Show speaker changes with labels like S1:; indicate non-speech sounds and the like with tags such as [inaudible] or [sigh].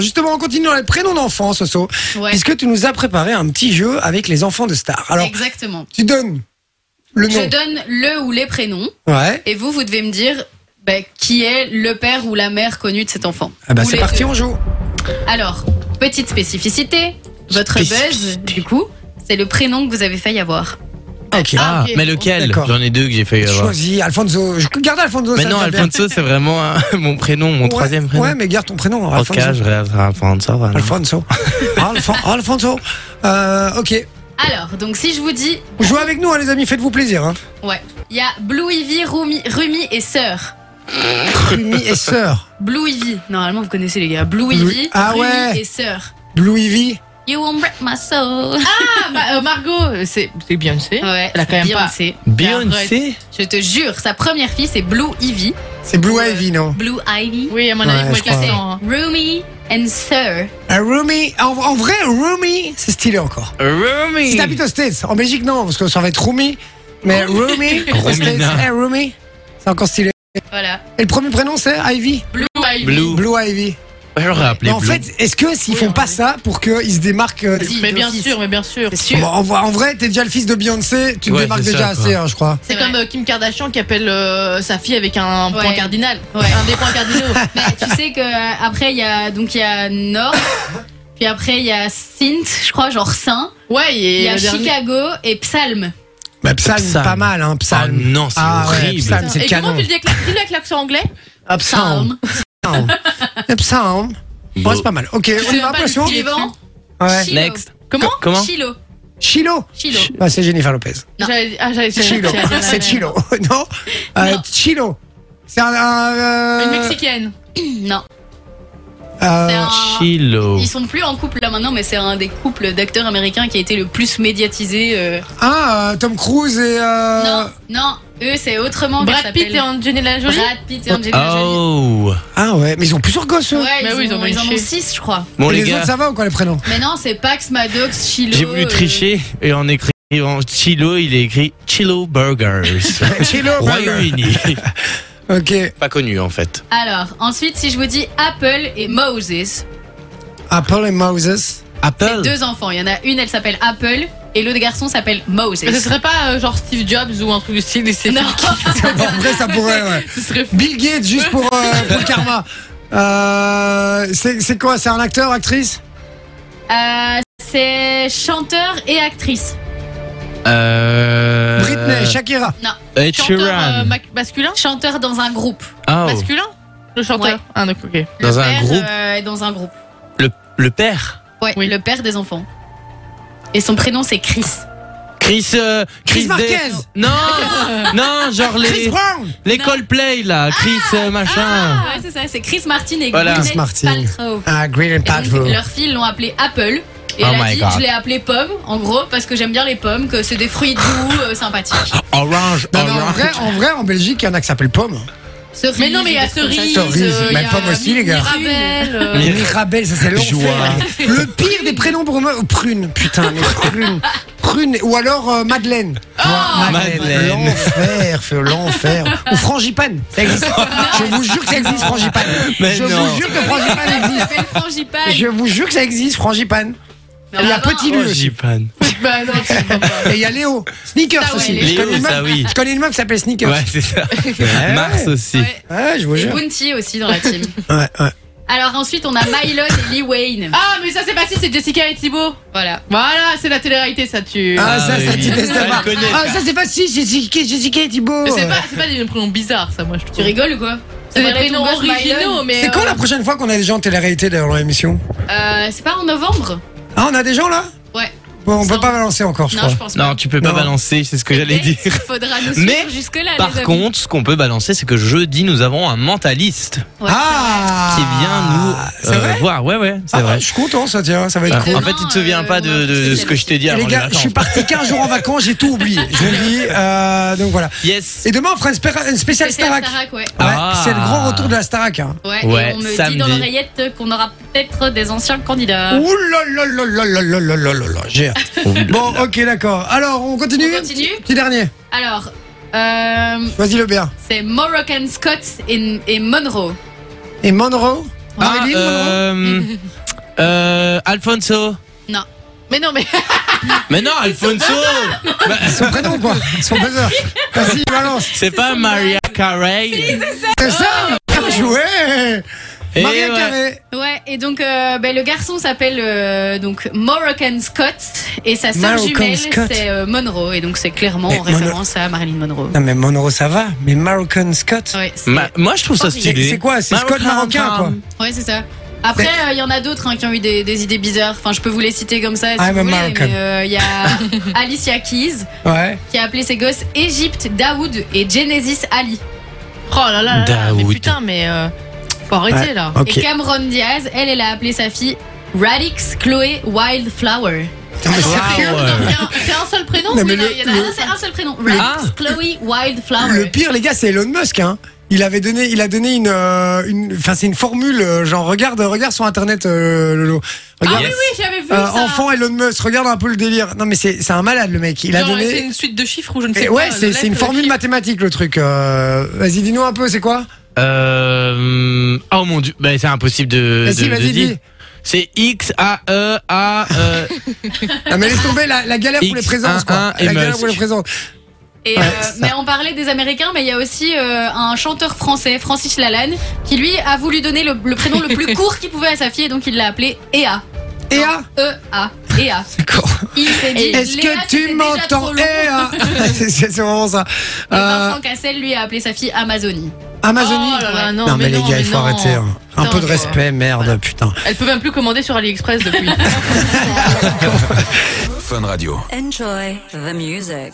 S1: Justement, on continue dans les prénoms d'enfants, Soso,
S2: Ouais,
S1: puisque tu nous as préparé un petit jeu avec les enfants de Star. Alors,
S2: exactement.
S1: tu donnes le
S2: Je
S1: nom.
S2: donne le ou les prénoms
S1: Ouais.
S2: et vous, vous devez me dire bah, qui est le père ou la mère connu de cet enfant.
S1: Ah bah
S2: Ou
S1: c'est
S2: les
S1: parti,
S2: deux.
S1: on joue.
S2: Alors, petite spécificité, votre buzz,
S1: Spécificité.
S2: du coup, c'est le prénom que vous avez failli avoir.
S1: Ok.
S2: Ah,
S3: Ah,
S2: ok.
S3: mais lequel
S1: D'accord.
S3: J'en ai deux que j'ai failli avoir.
S1: Choisis Alfonso. Je garde Alfonso.
S3: Mais
S1: ça
S3: non,
S1: me va bien.
S3: Alfonso, c'est vraiment hein, mon prénom, mon
S1: Ouais,
S3: troisième prénom.
S1: Ouais, mais garde ton prénom,
S3: ok,
S1: Alfonso.
S3: je rêve à Alfonso. voilà. [laughs]
S1: Alfonso. Alfon- Alfonso. Euh, ok.
S2: Alors, donc si je vous dis,
S1: Jouez avec nous, hein, les amis, faites-vous plaisir. Hein.
S2: ouais, il y a Blue Ivy, Rumi, Rumi et Sœur.
S1: Rumi et sœur.
S2: Blue Ivy, normalement vous connaissez les gars. Blue
S1: Blue-
S2: Ivy,
S1: Ah
S2: Rumi
S1: ouais.
S2: et Sœur.
S1: Blue Ivy.
S2: You won't break my soul. [laughs]
S4: Ah, Ma- euh, Margot, c'est c'est Beyoncé.
S2: ouais,
S4: Elle a quand même pas-
S2: Beyoncé.
S3: Beyoncé
S2: Je te jure, sa première fille c'est Blue Ivy.
S1: C'est Blue
S2: Ouais.
S1: Ivy, non
S2: Blue Ivy.
S4: Oui, à mon
S1: Ouais,
S4: avis,
S1: je
S4: moi, hein. je la
S1: crois.
S4: sens.
S2: Rumi and Sir.
S1: Un Euh, Rumi. En, en vrai, Rumi, c'est stylé encore. Si
S3: Rumi
S1: t'habites aux States, en Belgique, non, parce que ça va être Rumi.
S3: Oh.
S1: Mais
S3: [laughs]
S1: Rumi, aux States,
S3: Romina.
S1: eh, Rumi, c'est encore stylé.
S2: Voilà.
S1: Et le premier prénom, c'est Ivy.
S4: Blue Ivy.
S3: Blue.
S1: Blue Ivy.
S3: J'aurais appelé
S1: Mais en
S3: Blue.
S1: fait, est-ce que s'ils
S4: Oui,
S1: font
S4: oui.
S1: pas ça pour qu'ils se démarquent euh,
S4: Mais bien
S1: d'office
S4: sûr, mais bien sûr.
S2: C'est sûr.
S1: Bon, en, en vrai, t'es déjà le fils de Beyoncé, tu te
S3: Ouais,
S1: démarques
S3: c'est
S1: déjà
S3: ça,
S1: assez,
S3: quoi.
S1: hein, je crois.
S4: C'est
S2: C'est
S4: comme euh, Kim Kardashian qui appelle euh, sa fille avec un
S2: Ouais.
S4: point cardinal.
S2: Ouais.
S4: Un des points cardinaux.
S2: [laughs] Mais tu sais que euh, après il y a donc il y a North, puis après il y a Synth, je crois genre Saint.
S4: Ouais,
S2: Il
S4: et
S2: y a
S4: le dernier-
S2: Chicago et Psalm.
S1: Bah, psalm,
S3: Psalm.
S1: pas mal, hein,
S3: Ah
S1: psalm.
S3: non, c'est
S1: Ah ouais,
S3: horrible.
S1: putain. c'est
S4: Et
S1: canon.
S4: comment tu le dis avec la- dis-le avec l'accent anglais
S1: Ah, psalm.
S3: [laughs]
S1: Psalm. Eh, Psalm. Bon, c'est pas mal. Ok, on y
S4: même
S1: va,
S4: pas le
S1: pression.
S4: style.
S2: Suivant.
S1: Ouais.
S2: Chilo.
S3: Next.
S4: Comment
S3: Co- Comment
S2: Chilo.
S1: Chilo.
S2: Chilo.
S1: Bah, c'est Jennifer Lopez.
S2: Non.
S4: J'avais- Ah, j'avais j'avais-
S1: Chilo.
S4: j'avais-
S1: C'est Chilo. [laughs] Non Euh,
S2: Non.
S1: Chilo. C'est un. un, euh,
S4: Une mexicaine.
S2: Non.
S1: euh,
S2: C'est un-
S3: Chilo.
S2: Ils sont plus en couple là maintenant, mais c'est un des couples d'acteurs américains qui a été le plus médiatisé. euh.
S1: Ah, euh, Tom Cruise et. euh,
S2: Non, non, eux c'est autrement.
S4: Brad Pitt et Angelina Jolie.
S2: Brad Pitt et Angelina Jolie.
S3: Oh
S1: Ah ouais, mais ils ont plusieurs gosses, eux.
S2: Ouais,
S4: Mais
S2: ils,
S4: oui, ils
S2: ont,
S4: ont
S2: ils en ont
S4: triché.
S2: 6 je crois.
S3: Bon,
S1: et
S3: les
S1: les autres,
S3: gars,
S1: ça va ou quoi, les
S3: [laughs]
S1: prénoms
S2: Mais non, c'est Pax, Maddox, Chilo.
S3: j'ai voulu
S2: euh,
S3: tricher et en écrivant Chilo, il est écrit Chilo Burgers.
S1: [laughs] Chilo.
S3: Royaume-Uni.
S1: Ok.
S3: pas connu en fait.
S2: Alors, ensuite, si je vous dis Apple et Moses,
S1: Apple et Moses.
S3: Apple.
S2: deux enfants, il y en a une, elle s'appelle Apple, et l'autre garçon s'appelle Moses.
S4: Mais ce serait pas euh, genre Steve Jobs ou un truc du style. et c'est-
S2: Non,
S1: en vrai, ça pourrait, ouais.
S4: [laughs] Ce serait fou.
S1: Bill Gates, juste pour, euh, pour le karma. Euh, c'est c'est quoi C'est un acteur, actrice
S2: Euh, c'est chanteur et actrice.
S3: Euh...
S1: Britney, Shakira.
S3: Ed
S4: Chanteur euh,
S3: Sheeran.
S4: ma- masculin
S2: Chanteur dans un groupe.
S3: Oh,
S4: Masculin Le chanteur.
S2: Ouais.
S4: Ah, donc, ok.
S2: Le
S3: Dans un
S2: père,
S3: groupe
S2: euh, est dans un groupe.
S3: le, le père.
S2: Ouais,
S4: Oui.
S2: le père des enfants. Et son prénom c'est Chris.
S3: Chris, euh,
S1: Chris
S3: Chris,
S1: Marquez.
S3: Day- Non, non, genre
S1: Chris Ah.
S3: les,
S1: Brown.
S3: les Coldplay là, Chris euh, machin.
S2: Ah, Ouais, c'est ça, c'est Chris Martin et
S3: Voilà.
S2: Gwyneth
S1: Chris Martin.
S2: Paltrow.
S1: Ah, Green and
S2: Et donc,
S1: Patrol.
S2: Leurs filles l'ont appelé Apple. Et
S3: Oh
S2: elle a
S3: my
S2: dit,
S3: God.
S2: je l'ai appelé pomme, en gros, parce que j'aime bien les pommes, que c'est des fruits doux, euh, sympathiques.
S3: Orange,
S1: Non, non, en,
S3: orange.
S1: vrai, en vrai, en Belgique, il y en a qui s'appelle Pomme.
S2: Cerise,
S4: Mais non, mais il y a
S2: des trucs comme ça.
S4: Cerise.
S1: Cerise,
S4: euh, il y
S1: même
S4: a
S1: pas aussi, les gars.
S4: Mirabelle.
S1: [laughs]
S4: euh,
S3: Mir-
S1: Mirabelle, ça c'est l'enfer.
S3: Joie.
S1: Le pire des prénoms pour moi, euh, prune, putain, mais prune. Prune, ou alors euh, Madeleine. Ouais,
S3: Ah, [laughs] Madeleine.
S1: L'enfer, fait l'enfer. Ou Frangipane, ça existe. Je vous jure que ça existe, Frangipane.
S3: Mais
S1: Je
S3: non.
S1: vous jure que Frangipane
S2: Il [laughs]
S1: existe.
S2: s'appelle Frangipane.
S1: Je vous jure que ça existe, Frangipane.
S2: Non,
S1: Il y a
S2: non,
S1: Petit
S2: non.
S1: Lieu
S3: Oh,
S1: aussi.
S3: Jipan.
S4: bah, non, je sais pas.
S1: Et il y a Léo. Sneakers
S2: Ah ouais,
S1: aussi.
S2: Léo,
S1: je, connais une meuf,
S3: ça, oui.
S1: je connais une meuf qui s'appelle Sneakers.
S3: Ouais, c'est ça.
S1: [laughs] Ouais.
S3: Mars aussi.
S2: Ouais.
S1: Ouais, je vous
S2: Et
S1: jure.
S2: Bounty aussi dans la [laughs] team.
S1: Ouais, ouais.
S2: Alors ensuite, on a Mylon et Lee Wayne.
S4: Ah, mais ça c'est facile, c'est Jessica et Thibaut.
S2: Voilà.
S4: Voilà, c'est la télé-réalité, ça tu.
S1: Ah,
S3: Ah
S1: ça, ça,
S3: oui.
S1: tu testes
S3: Ah,
S1: pas.
S3: je connais.
S1: Ah, ça, c'est facile, Jessica, Jessica et Thibaut.
S4: Mais c'est pas, c'est pas des prénoms bizarres, ça, moi je trouve.
S2: Tu rigoles ou quoi
S4: C'est des
S2: Voilà, ton
S4: prénoms
S2: gosse Mylon.
S4: originaux, mais.
S1: C'est quand
S4: euh,
S1: la prochaine fois qu'on a des gens en télé-réalité dans l'émission
S2: Euh, C'est pas en novembre
S1: Ah, on a des gens là
S2: Ouais.
S1: Bon, on
S2: Non.
S1: peut pas balancer encore, je
S2: Non,
S1: crois.
S2: je pense pas.
S3: Non, tu peux pas
S1: Non.
S3: balancer, c'est ce que j'allais
S2: Mais
S3: dire.
S2: Il faudra nous
S3: Mais,
S2: suivre jusque-là. les
S3: Par
S2: amis.
S3: contre, ce qu'on peut balancer, c'est que jeudi, nous avons un mentaliste
S2: Ouais,
S1: ah
S3: qui vient nous
S1: C'est
S3: euh,
S1: vrai
S3: voir. Ouais, ouais, c'est
S1: Ah,
S3: vrai.
S1: Je suis content, ça, tiens, ça va être
S3: Ah,
S1: cool.
S3: en fait, il te souvient
S2: euh,
S3: pas de, de- de ce que je t'ai dit
S1: Et
S3: avant
S1: les
S3: les
S1: gars, je
S3: vacances.
S1: suis parti 15 jours en vacances, j'ai tout oublié. Je vous le dis, euh, donc voilà.
S3: Yes.
S1: Et demain, on fera une, spéra- une
S2: c'est
S1: spéciale
S2: la
S1: Starac.
S2: Starac, ouais.
S1: Ouais,
S3: Ah.
S1: C'est le grand retour de la Starac. Hein.
S2: Ouais,
S3: Ouais,
S2: et on me dit
S3: samedi.
S2: dans l'oreillette qu'on aura peut-être des anciens candidats.
S1: Ouh là là là là là là là là là là, j'ai hâte. Bon, ok, d'accord. Alors, on continue
S2: On continue
S1: Petit dernier,
S2: Alors, euh,
S1: vas-y le bien.
S2: c'est Moroccan Scott et, et Monroe.
S1: Et Monroe
S2: Ah,
S1: Marilyn Monroe.
S3: euh, euh, Alfonso.
S4: Mais non, mais
S3: Mais non, Alfonso. Bah,
S1: Son prénom, quoi. Son
S2: [laughs]
S1: buzzer. Vas-y, balance.
S3: c'est pas Maria Carey.
S1: C'est ça Bien joué
S3: Et
S1: Maria
S3: ouais.
S1: Carré.
S2: Ouais, et donc euh, ben, le garçon s'appelle euh, donc Moroccan Scott et sa sœur
S1: Moroccan
S2: jumelle
S1: Scott.
S2: c'est euh, Monroe et donc c'est clairement
S1: Mais
S2: en référence à Marilyn Monroe.
S1: Non, mais Monroe, ça va. Mais Moroccan Scott.
S2: Ouais, c'est
S3: Ma- moi, je trouve ça stylé.
S1: C'est c'est quoi C'est Scott marocain, quoi.
S2: ouais, c'est ça. Après, euh, il y en a d'autres hein, qui ont eu des, des idées bizarres. Enfin, je peux vous les citer comme ça si
S1: I'm
S2: vous voulez.
S1: American.
S2: Mais euh,
S1: [laughs]
S2: il y a Alicia Keys
S1: Ouais.
S2: qui a appelé ses gosses Egypte, Daoud et Genesis Ali.
S4: oh là là, là, là mais
S3: Daoud.
S4: putain, mais euh, faut arrêter là.
S1: Ok.
S2: Et Cameron Diaz, elle, elle a appelé sa fille Radix Chloé Wildflower.
S1: Non, mais sérieux
S3: Waouh.
S4: Non, c'est un- C'est un seul prénom,
S1: Non, mais
S4: mais là,
S1: le-
S4: il y en
S2: Ah
S4: a
S2: non,
S4: un.
S2: c'est un seul prénom. Radix
S3: Ah.
S2: Chloé Wildflower.
S1: Le pire, les gars, c'est Elon Musk. Hein. Il avait donné, il a donné une, euh, une- enfin c'est une formule. euh, Genre regarde, regarde sur internet, euh, Lolo.
S4: Ah
S1: Regarde,
S4: oui, oui, j'avais vu
S1: euh,
S4: ça.
S1: enfant Elon Musk. Regarde un peu le délire. Non mais c'est, c'est un malade le mec. Il a
S4: Genre, C'est
S1: donné.
S4: une suite de chiffres ou je ne sais
S1: Et
S4: pas.
S1: ouais,
S4: de
S1: c'est, c'est une
S4: lettres,
S1: formule
S4: de
S1: mathématique le truc. euh, Vas-y, dis-nous un peu, c'est quoi
S3: Euh, oh mon dieu, bah, c'est impossible de.
S1: Vas-y,
S3: de- de
S1: vas-y,
S3: dire.
S1: dis.
S3: C'est X A E A. euh,
S1: Non mais laisse tomber la, la galère pour les
S3: X,
S1: présences
S3: un, un,
S1: quoi.
S3: et
S1: La galère
S3: Musk.
S1: pour les présences.
S2: Et, euh, mais on parlait des Américains, mais il y a aussi euh, un chanteur français, Francis Lalanne, qui lui a voulu donner le, le prénom le plus court qu'il pouvait à sa fille, et donc il l'a appelé Ea.
S1: Et ah,
S2: E-A. Ea.
S1: d'accord.
S2: Il s'est dit.
S1: Est-ce
S2: Léa,
S1: que
S2: c'était
S1: tu
S2: déjà trop
S1: m'entends
S2: long.
S1: Eh, [laughs] ah. C'est c'est vraiment ça.
S2: Et
S1: Euh,
S2: Vincent Cassel, lui, a appelé sa fille Amazonie.
S1: Amazonie.
S4: Oh là là, non,
S1: non mais, les
S4: non,
S1: gars, il faut
S4: non.
S1: arrêter. hein. Un
S4: Putain,
S1: peu de
S4: quoi.
S1: respect, merde, putain.
S4: Elle peut même plus commander sur AliExpress [laughs] depuis.
S5: Fun Radio.
S6: Enjoy the music.